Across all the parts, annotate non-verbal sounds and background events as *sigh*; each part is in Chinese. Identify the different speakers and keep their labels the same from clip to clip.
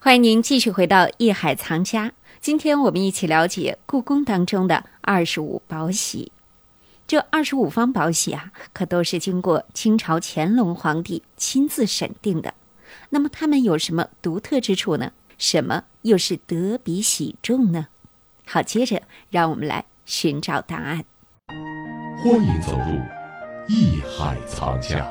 Speaker 1: 欢迎您继续回到《艺海藏家》，今天我们一起了解故宫当中的二十五宝玺。这二十五方宝玺啊，可都是经过清朝乾隆皇帝亲自审定的。那么它们有什么独特之处呢？什么又是得比喜中呢？好，接着让我们来寻找答案。
Speaker 2: 欢迎走入艺海藏家。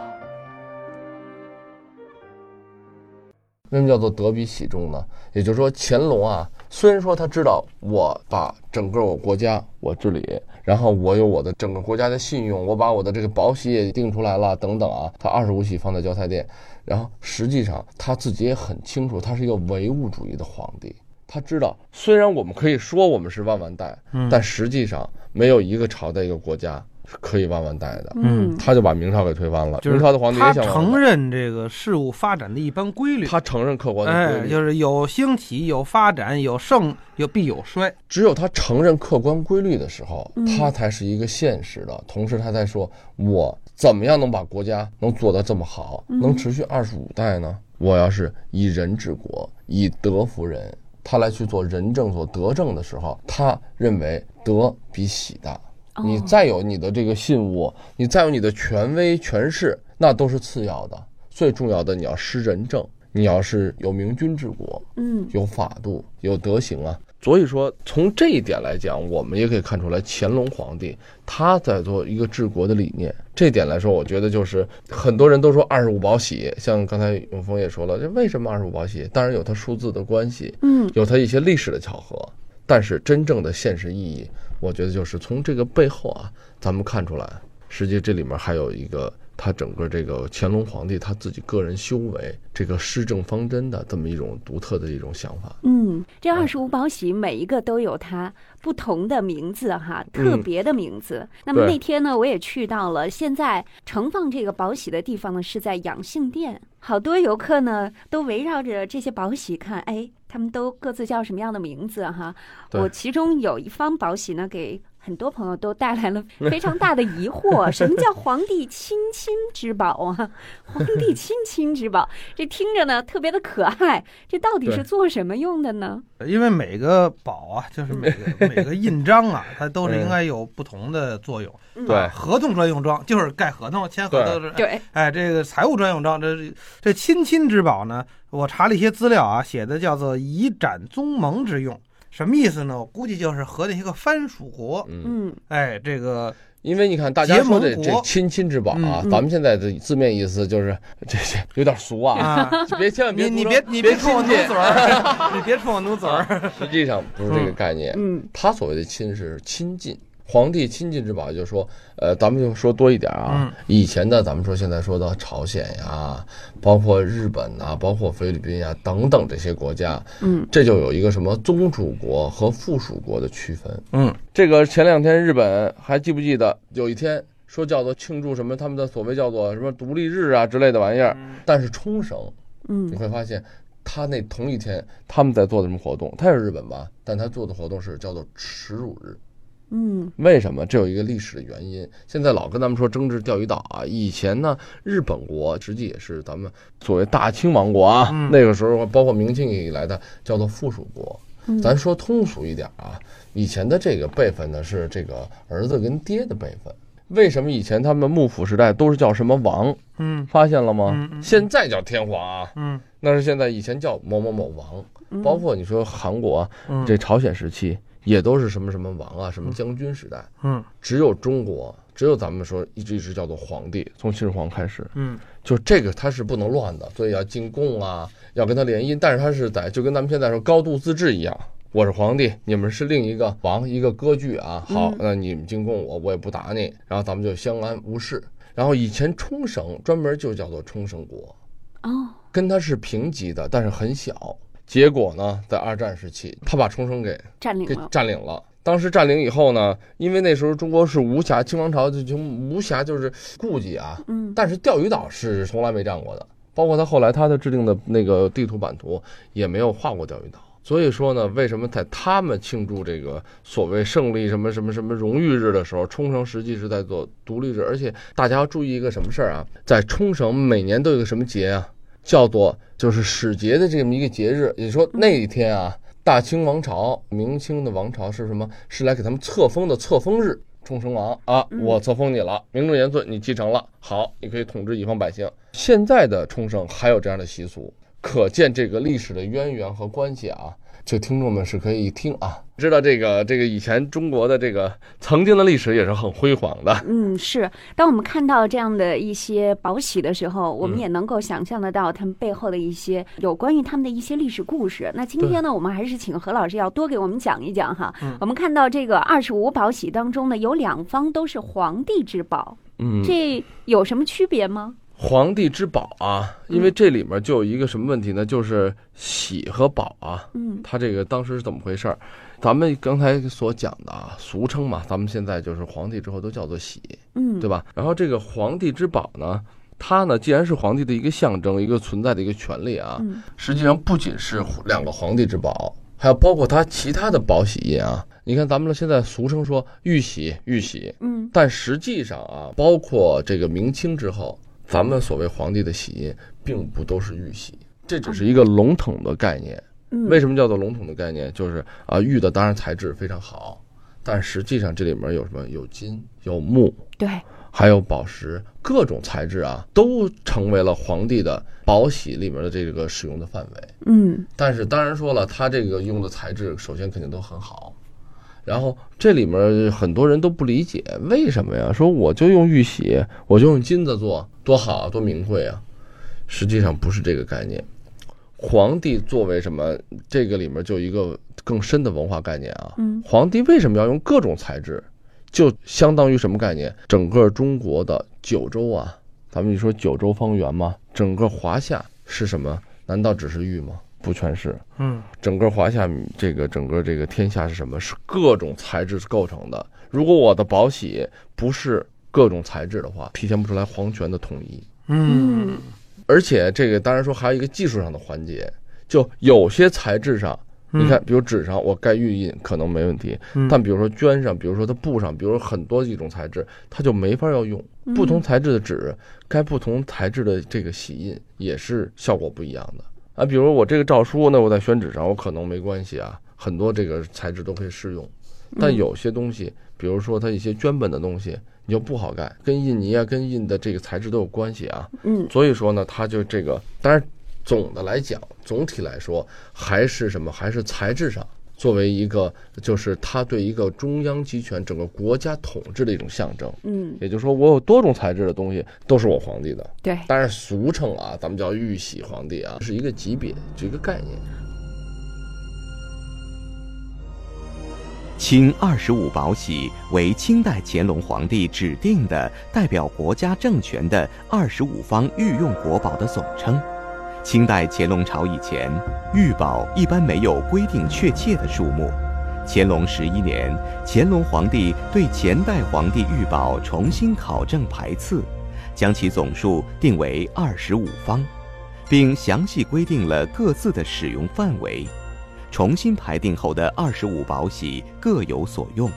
Speaker 3: 为什么叫做得比喜中呢？也就是说，乾隆啊，虽然说他知道我把整个我国家我治理，然后我有我的整个国家的信用，我把我的这个宝玺也定出来了，等等啊，他二十五玺放在交泰殿，然后实际上他自己也很清楚，他是一个唯物主义的皇帝。他知道，虽然我们可以说我们是万万代，
Speaker 4: 嗯
Speaker 3: 但实际上没有一个朝代、一个国家是可以万万代的。
Speaker 1: 嗯
Speaker 3: 他就把明朝给推翻了，
Speaker 4: 就是
Speaker 3: 明朝的皇帝
Speaker 4: 他
Speaker 3: 也想万万代
Speaker 4: 承认这个事物发展的一般规律，
Speaker 3: 他承认客观的规
Speaker 4: 哎，
Speaker 3: 律，
Speaker 4: 就是有兴起，有发展，有盛，有必有衰。
Speaker 3: 只有他承认客观规律的时候
Speaker 1: 嗯，
Speaker 3: 他才是一个现实的。同时，他在说我怎么样能把国家能做得这么好，
Speaker 1: 嗯
Speaker 3: 能持续二十五代呢？我要是以人治国，以德服人，他来去做仁政、做德政的时候，他认为德比喜大。
Speaker 1: 哦
Speaker 3: 你再有你的这个信物，你再有你的权威、权势，那都是次要的。最重要的，你要施仁政，你要是有明君治国，
Speaker 1: 嗯
Speaker 3: 有法度，有德行啊。所以说，从这一点来讲，我们也可以看出来，乾隆皇帝他在做一个治国的理念。这点来说，我觉得就是很多人都说二十五宝玺，像刚才永峰也说了，这为什么二十五宝玺？当然有它数字的关系，
Speaker 1: 嗯
Speaker 3: 有它一些历史的巧合，但是真正的现实意义，我觉得就是从这个背后啊，咱们看出来，实际这里面还有一个他整个这个乾隆皇帝他自己个人修为、这个施政方针的这么一种独特的一种想法。
Speaker 1: 嗯，这二十五宝玺每一个都有它不同的名字哈，
Speaker 3: 嗯
Speaker 1: 特别的名字。那么
Speaker 3: 对
Speaker 1: 那天呢，我也去到了现在盛放这个宝玺的地方呢，是在养性殿。好多游客呢都围绕着这些宝玺看，哎，他们都各自叫什么样的名字哈？
Speaker 3: 对
Speaker 1: 我其中有一方宝玺呢，给很多朋友都带来
Speaker 3: *laughs*
Speaker 1: 了非常大的疑惑：什么叫皇帝亲亲之宝啊？皇帝亲亲之宝，这听着呢特别的可爱，这到底是
Speaker 3: 对
Speaker 1: 做什么用的呢？
Speaker 4: 因为每个宝啊，就是每
Speaker 3: *laughs*
Speaker 4: 个每个印章啊，它都是
Speaker 3: 嗯
Speaker 4: 应该有不同的作用。啊
Speaker 1: 嗯
Speaker 3: 对
Speaker 4: 合同专用章就是盖合同、签合同的时候，
Speaker 1: 对，
Speaker 4: 哎，这个财务专用章，这这亲亲之宝呢，我查了一些资料啊，写的叫做以展宗盟之用，什么意思呢？我估计就是和那些个藩属国，
Speaker 3: 嗯，
Speaker 1: 嗯
Speaker 4: 哎，
Speaker 1: *laughs*
Speaker 4: 这个
Speaker 3: 因为你看大家说这
Speaker 4: 结盟
Speaker 3: 这
Speaker 4: 国
Speaker 3: 亲亲之宝
Speaker 1: 嗯
Speaker 3: 啊，
Speaker 1: 嗯
Speaker 3: 咱们现在的字面意思就是这这有点俗啊，
Speaker 4: 啊，
Speaker 3: 别千万别
Speaker 4: 你 *laughs* 你
Speaker 3: 读
Speaker 4: 别
Speaker 3: 成
Speaker 4: 你
Speaker 3: 别
Speaker 4: 冲我
Speaker 3: 亲
Speaker 4: 努
Speaker 3: 近
Speaker 4: 嘴，儿， *laughs* 你别冲我努嘴儿。
Speaker 3: 实际上不是这个概念。
Speaker 1: 嗯
Speaker 3: 他所谓的亲是亲近，皇帝亲近之宝，也就是说，呃，咱们就说多一点啊。以前的咱们说，现在说的朝鲜呀，包括日本呐、包括菲律宾呀啊等等这些国家，
Speaker 1: 嗯
Speaker 3: 这就有一个什么宗主国和附属国的区分。
Speaker 4: 嗯，
Speaker 3: 这个前两天日本还记不记得有一天说叫做庆祝什么他们的所谓叫做什么独立日啊之类的玩意儿，但是冲绳你
Speaker 1: 嗯
Speaker 3: 会发现，他那同一天他们在做的什么活动？他也是日本吧，但他做的活动是叫做耻辱日。
Speaker 1: 嗯
Speaker 3: 为什么？这有一个历史的原因。现在老跟咱们说争执钓鱼岛啊，以前呢，日本国实际也是咱们所谓大清王国啊，
Speaker 4: 嗯
Speaker 3: 那个时候包括明清以来的叫做附属国。
Speaker 1: 嗯
Speaker 3: 咱说通俗一点啊，以前的这个辈分呢是这个儿子跟爹的辈分。为什么以前他们幕府时代都是叫什么王？
Speaker 4: 嗯
Speaker 3: 发现了吗？
Speaker 4: 嗯嗯
Speaker 3: 现在叫天皇啊。
Speaker 4: 嗯
Speaker 3: 那是现在以前叫某某某王，
Speaker 1: 嗯
Speaker 3: 包括你说韩国啊
Speaker 4: 嗯，
Speaker 3: 这朝鲜时期也都是什么什么王啊，什么将军时代，
Speaker 4: 嗯
Speaker 3: 只有中国，只有咱们说一直一直叫做皇帝，从秦始皇开始，
Speaker 4: 嗯
Speaker 3: 就这个它是不能乱的，所以要进贡啊，要跟他联姻，但是它是在就跟咱们现在说高度自治一样。我是皇帝，你们是另一个王，一个割据啊。好
Speaker 1: 嗯，
Speaker 3: 那你们进贡我，我也不打你，然后咱们就相安无事。然后以前冲绳专门就叫做冲绳国，
Speaker 1: 哦
Speaker 3: 跟它是平级的，但是很小。结果呢，在二战时期，他把冲绳给
Speaker 1: 占领
Speaker 3: 给
Speaker 1: 了，
Speaker 3: 占领了。当时占领以后呢，因为那时候中国是无暇，清王朝就就无暇就是顾忌啊，
Speaker 1: 嗯
Speaker 3: 但是钓鱼岛是从来没占过的，包括他后来他的制定的那个地图版图也没有画过钓鱼岛。所以说呢，为什么在他们庆祝这个所谓胜利什么什么什么荣誉日的时候，冲绳实际是在做独立日？而且大家要注意一个什么事儿啊？在冲绳每年都有一个什么节啊？叫做就是使节的这么一个节日。也就是说那一天啊，大清王朝、明清的王朝是什么？是来给他们册封的册封日。冲绳王啊，我册封你了，名正言顺，你继承了，好，你可以统治一方百姓。现在的冲绳还有这样的习俗，可见这个历史的渊源和关系啊。就听众们是可以一听啊，知道这个这个以前中国的这个曾经的历史也是很辉煌的。
Speaker 1: 嗯，是。当我们看到这样的一些宝玺的时候，我们
Speaker 3: 嗯
Speaker 1: 也能够想象得到他们背后的一些有关于他们的一些历史故事。那今天呢，我们还是请何老师要多给我们讲一讲哈。
Speaker 4: 嗯
Speaker 1: 我们看到这个二十五宝玺当中呢，有两方都是皇帝之宝，
Speaker 3: 嗯，
Speaker 1: 这有什么区别吗？
Speaker 3: 皇帝之宝啊，因为这里面就有一个什么问题呢？就是玺和宝啊，
Speaker 1: 嗯
Speaker 3: 它这个当时是怎么回事儿？咱们刚才所讲的啊，俗称嘛，咱们现在就是皇帝之后都叫做玺，
Speaker 1: 嗯，
Speaker 3: 对吧？然后这个皇帝之宝呢，它呢既然是皇帝的一个象征，一个存在的一个权利啊，
Speaker 1: 嗯
Speaker 3: 实际上不仅是两个皇帝之宝，还有包括它其他的宝玺印啊。你看咱们现在俗称说玉玺，玉玺，
Speaker 1: 嗯
Speaker 3: 但实际上啊，包括这个明清之后，咱们所谓皇帝的玺印，并不都是玉玺，这只是一个笼统的概念。
Speaker 1: 嗯，
Speaker 3: 为什么叫做笼统的概念？就是啊，玉的当然材质非常好，但实际上这里面有什么？有金，有木，
Speaker 1: 对，
Speaker 3: 还有宝石，各种材质啊，都成为了皇帝的宝玺里面的这个使用的范围。
Speaker 1: 嗯
Speaker 3: 但是当然说了，它这个用的材质首先肯定都很好，然后这里面很多人都不理解为什么呀？说我就用玉玺，我就用金子做，多好啊，多名贵啊！实际上不是这个概念。皇帝作为什么？这个里面就有一个更深的文化概念啊。
Speaker 1: 嗯
Speaker 3: 皇帝为什么要用各种材质？就相当于什么概念？整个中国的九州啊，咱们一说九州方圆嘛，整个华夏是什么？难道只是玉吗？不全是。
Speaker 4: 嗯
Speaker 3: 整个华夏这个整个这个天下是什么？是各种材质构成的。如果我的宝玺不是各种材质的话，体现不出来皇权的统一。
Speaker 4: 嗯
Speaker 1: 嗯
Speaker 3: 而且这个当然说还有一个技术上的环节，就有些材质上，
Speaker 4: 嗯
Speaker 3: 你看，比如纸上我盖玉印可能没问题，
Speaker 4: 嗯
Speaker 3: 但比如说绢上，比如说它布上，比如说很多一种材质，它就没法要用。
Speaker 1: 嗯
Speaker 3: 不同材质的纸，该不同材质的这个玺印也是效果不一样的啊。比如我这个诏书呢，我在宣纸上我可能没关系啊，很多这个材质都可以适用，
Speaker 4: 嗯
Speaker 3: 但有些东西，比如说它一些绢本的东西，你就不好盖，跟印泥啊、跟印的这个材质都有关系啊。
Speaker 1: 嗯
Speaker 3: 所以说呢，它就这个，当然总的来讲，总体来说还是什么，还是材质上作为一个，就是它对一个中央集权、整个国家统治的一种象征。
Speaker 1: 嗯，
Speaker 3: 也就是说，我有多种材质的东西都是我皇帝的，
Speaker 1: 对。
Speaker 3: 当然俗称啊，咱们叫玉玺皇帝啊，是一个级别，是一个概念。
Speaker 5: 清二十五宝玺为清代乾隆皇帝指定的代表国家政权的二十五方御用国宝的总称。清代乾隆朝以前，御宝一般没有规定确切的数目。乾隆十一年，乾隆皇帝对前代皇帝御宝重新考证排次，将其总数定为二十五方，并详细规定了各自的使用范围。重新排定后的二十五宝玺各有所用，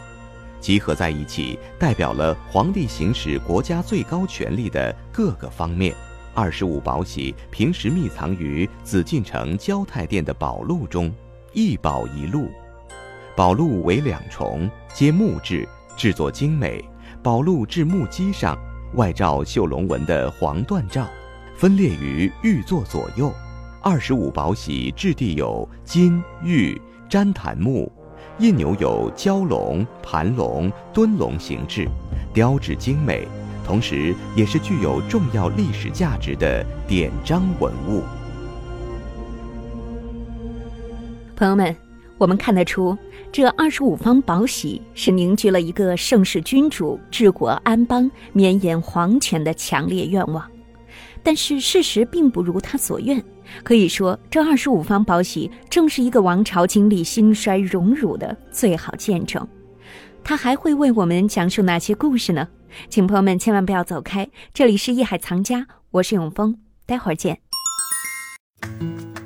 Speaker 5: 集合在一起，代表了皇帝行使国家最高权力的各个方面。二十五宝玺平时密藏于紫禁城交泰殿的宝录中，一宝一录。宝录为两重，皆木质，制作精美。宝录至木基上，外罩绣龙纹的黄缎罩，分列于玉座左右。二十五宝玺质地有金、玉、标檀木，印钮有蛟龙、盘龙、蹲龙形制，雕制精美，同时也是具有重要历史价值的典章文物。
Speaker 6: 朋友们，我们看得出，这二十五方宝玺是凝聚了一个盛世君主治国安邦、绵延皇权的强烈愿望。但是事实并不如他所愿，可以说，这二十五方宝玺正是一个王朝经历兴衰荣辱的最好见证。他还会为我们讲述哪些故事呢？请朋友们千万不要走开，这里是《艺海藏家》，我是永峰，待会儿见。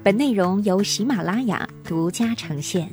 Speaker 6: 本内容由喜马拉雅独家呈现。